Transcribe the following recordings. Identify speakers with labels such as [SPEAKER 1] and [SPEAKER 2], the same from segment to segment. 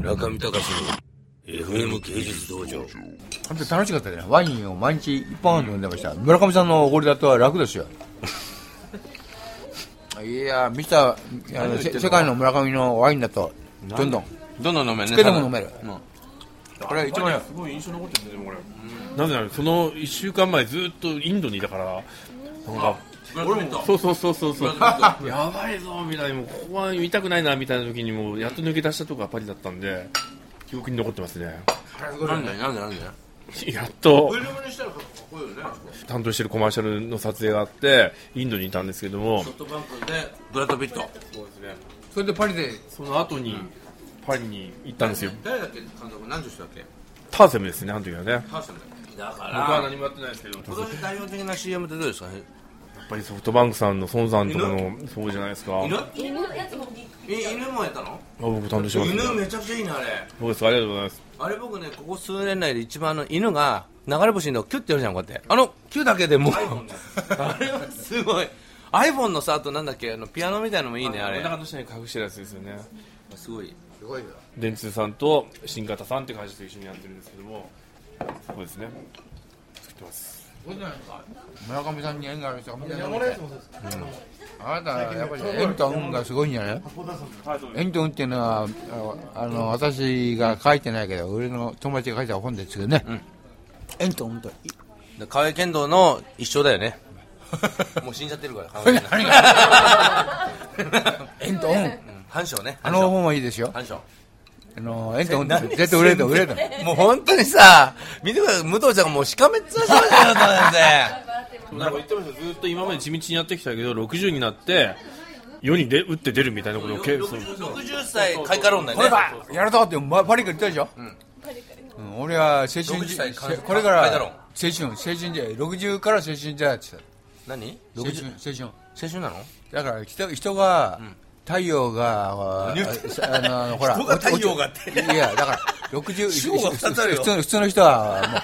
[SPEAKER 1] 中見隆の FM 芸術道場
[SPEAKER 2] 本当に楽しかったね。ワインを毎日一本飲んでました。村上さんのおごりだとは楽ですよ。いやー、ミスターいや
[SPEAKER 1] 何を言ってん
[SPEAKER 2] せ
[SPEAKER 1] の
[SPEAKER 2] 世界の村上のワインだと、どんどん。
[SPEAKER 1] どんどん飲めるね
[SPEAKER 2] つけても飲める
[SPEAKER 1] うん
[SPEAKER 2] これ一番よ
[SPEAKER 3] すごい印象残ってるねでもこれなんでなのその1週間前ずっとインドにいたからなんか
[SPEAKER 1] 俺も
[SPEAKER 3] そうそうそうそうそう
[SPEAKER 1] あ
[SPEAKER 3] やばいぞみたいなもうここは見たくないなみたいな時にもうやっと抜け出したとこがパリだったんで記憶に残ってます ね
[SPEAKER 1] なんだよなんだよなんだよ
[SPEAKER 3] やっと
[SPEAKER 1] フィルムにしたらかっこいいよね
[SPEAKER 3] 担当してるコマーシャルの撮影があってインドにいたんですけども
[SPEAKER 1] ソフトバンクでブラッド・ピット
[SPEAKER 3] そうですね
[SPEAKER 2] それでパリで、
[SPEAKER 3] その後にパリに行ったんですよ
[SPEAKER 1] 誰だっけ監督何の人だっけ
[SPEAKER 3] ターセムですねあの時はね
[SPEAKER 1] ハーセンだっけだか
[SPEAKER 3] 僕は
[SPEAKER 1] ら
[SPEAKER 3] 何もやってないですけどや
[SPEAKER 1] 今年代表的な CM ってどうですかね
[SPEAKER 3] っぱりソフトバンクさんの孫さんとかのそうじゃないですかあ
[SPEAKER 1] 犬
[SPEAKER 4] 犬のやつもびっ
[SPEAKER 1] い犬もやったの
[SPEAKER 3] 僕担当してますね
[SPEAKER 1] 犬めちゃくちゃいいなあれ
[SPEAKER 3] そうですかありがとうございます
[SPEAKER 1] あれ僕ねここ数年内で一番あの犬が流れ星のキュッてやるじゃんこうやってあのキュッだけでもう あれはすごい iPhone のさあとなんだっけあのピアノみたいのもいいねあ
[SPEAKER 3] お
[SPEAKER 1] れ
[SPEAKER 3] 腹の下に隠してるやつですよね
[SPEAKER 1] すごい
[SPEAKER 2] すごいよ。
[SPEAKER 3] 電通さんと新型さんって会社と一緒にやってるんですけどもそこですね作ってます
[SPEAKER 2] 村上さんに縁がある人がみんな飲んでうんあなた、やっぱり縁と運がすごいんじゃない縁と運っていうのは、ああの、私が書いてないけど、俺の友達が書いた本ですけどね。縁と運と。
[SPEAKER 1] で河合剣道の一生だよねもう死んじゃってるから河合剣道
[SPEAKER 2] 何が縁と運。
[SPEAKER 1] うん繁盛ね
[SPEAKER 2] あ
[SPEAKER 1] 繁
[SPEAKER 2] の
[SPEAKER 1] 盛
[SPEAKER 2] 本はいいですよ。
[SPEAKER 1] 繁盛
[SPEAKER 2] あの、縁と運って絶対売れた、売れた。
[SPEAKER 1] もう本当にさ見てください武藤ちゃんがもうしかめっ面してましたよ
[SPEAKER 4] く笑ってます。
[SPEAKER 3] なんか言ってましたずっと今まで地道にやってきたけど60になって世にで打って出るみたいなことをけ
[SPEAKER 1] 先
[SPEAKER 3] そう
[SPEAKER 1] 生60歳開花論だよ
[SPEAKER 2] これ
[SPEAKER 1] ね
[SPEAKER 2] だやるぞってまパリから言ったでしょ、うん俺は青春
[SPEAKER 1] 60
[SPEAKER 2] 時代
[SPEAKER 1] 歳完
[SPEAKER 2] これから
[SPEAKER 1] ファイナ
[SPEAKER 2] 青
[SPEAKER 1] ル
[SPEAKER 2] 春青春時代60から青春時代って
[SPEAKER 1] 何
[SPEAKER 2] 言ってた青春青春
[SPEAKER 1] 青春なの
[SPEAKER 2] だから人人が、太陽がああのほ ら
[SPEAKER 1] 人が太陽がって
[SPEAKER 2] おちおちいやだから 60
[SPEAKER 1] 主語が二つあるよ
[SPEAKER 2] 普通の普通の人はもう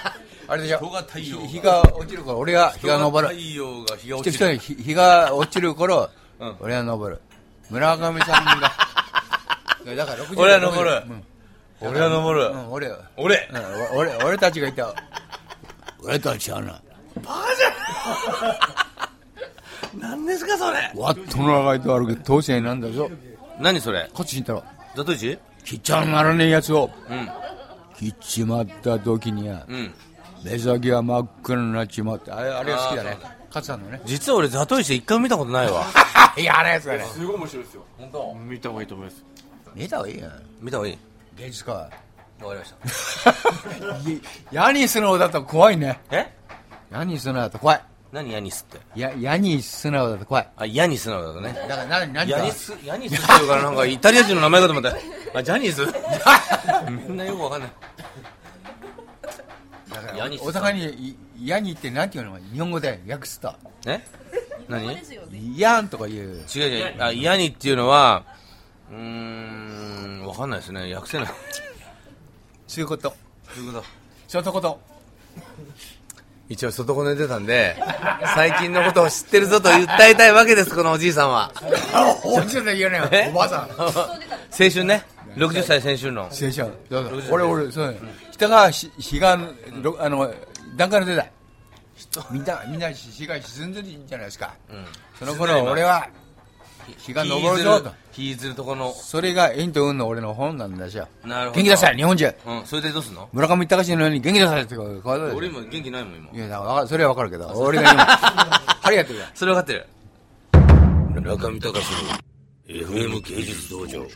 [SPEAKER 2] あれでしょ
[SPEAKER 1] 人が太陽が
[SPEAKER 2] 日日が落ちる頃俺が日が昇る
[SPEAKER 1] 太陽が日が
[SPEAKER 2] 一
[SPEAKER 1] 落ち
[SPEAKER 2] 人
[SPEAKER 1] る
[SPEAKER 2] 一人日が落ちる頃、
[SPEAKER 1] うん
[SPEAKER 2] 俺は登る村上さんがいやだから60
[SPEAKER 1] 俺は登る
[SPEAKER 2] うん
[SPEAKER 1] 俺は登る
[SPEAKER 2] うん、俺は
[SPEAKER 1] 俺
[SPEAKER 2] うんお俺俺たちがいた俺たちはな
[SPEAKER 1] 何ですかそれ
[SPEAKER 2] わっとの長いと歩く当選なんだぞ
[SPEAKER 1] 何それ
[SPEAKER 2] こっちにいたろ
[SPEAKER 1] ザトイチ
[SPEAKER 2] きっちゃならねえやつを
[SPEAKER 1] うん
[SPEAKER 2] きっちまった時には
[SPEAKER 1] うん
[SPEAKER 2] 目先は真っ暗になっちまってあれあれが好きだ
[SPEAKER 1] あ
[SPEAKER 2] ね
[SPEAKER 1] ー
[SPEAKER 2] 勝さんのね
[SPEAKER 1] 実は俺ザトイチで一回も見たことない わ
[SPEAKER 2] いやあれやつがね
[SPEAKER 3] すごい面白いですよ
[SPEAKER 1] 本当
[SPEAKER 3] 見た方がいいと思います
[SPEAKER 2] 見た方がいいよ
[SPEAKER 1] 見た方がいい
[SPEAKER 2] 芸術家は
[SPEAKER 1] わかりました
[SPEAKER 2] いヤニスの方だと怖いね
[SPEAKER 1] え
[SPEAKER 2] ヤニスの方だと怖い
[SPEAKER 1] 何ヤニスって
[SPEAKER 2] やヤニスの方だと怖い
[SPEAKER 1] あヤニスなのだね
[SPEAKER 2] だから何何
[SPEAKER 1] ヤ
[SPEAKER 2] か
[SPEAKER 1] ニスヤニスっていうからなんかイタリア人の名前かと思ったあジャニーズみんなよくわかんない
[SPEAKER 2] だから
[SPEAKER 1] ヤニス
[SPEAKER 2] お互いにいヤニって何て言うの日本語で訳すと
[SPEAKER 1] え何
[SPEAKER 4] そう
[SPEAKER 1] 違
[SPEAKER 4] ですよね。
[SPEAKER 2] ヤンとか言う
[SPEAKER 1] う違うあヤニっていうのはうーんわかんないですね訳せない
[SPEAKER 2] そういうこと
[SPEAKER 1] ということ
[SPEAKER 2] そういうこと
[SPEAKER 1] 一応外骨出たんで最近のことを知ってるぞと訴えたいわけですこのおじいさんは
[SPEAKER 2] おじさんだ言うね
[SPEAKER 1] え
[SPEAKER 2] おばあさん
[SPEAKER 1] 青春ね60歳青春の
[SPEAKER 2] 先生どうぞ俺俺そうだよ人がひ日がろあの段階の出たみんなみんなし日が沈んでるじゃないですか、
[SPEAKER 1] ん
[SPEAKER 2] その頃俺は日が昇るぞと
[SPEAKER 1] 日ずるとこの
[SPEAKER 2] それが縁と運の俺の本なんですよ
[SPEAKER 1] なるほど
[SPEAKER 2] 元気出せ日本中
[SPEAKER 1] うんそれでどうすんの
[SPEAKER 2] 村上隆のように元気出せってことこういうこと
[SPEAKER 1] 俺
[SPEAKER 2] です
[SPEAKER 1] 今元気ないもん今
[SPEAKER 2] いやだからわかそれはわかるけど 俺が今ありがとう
[SPEAKER 1] それ分かってる村上隆の FM 芸術道場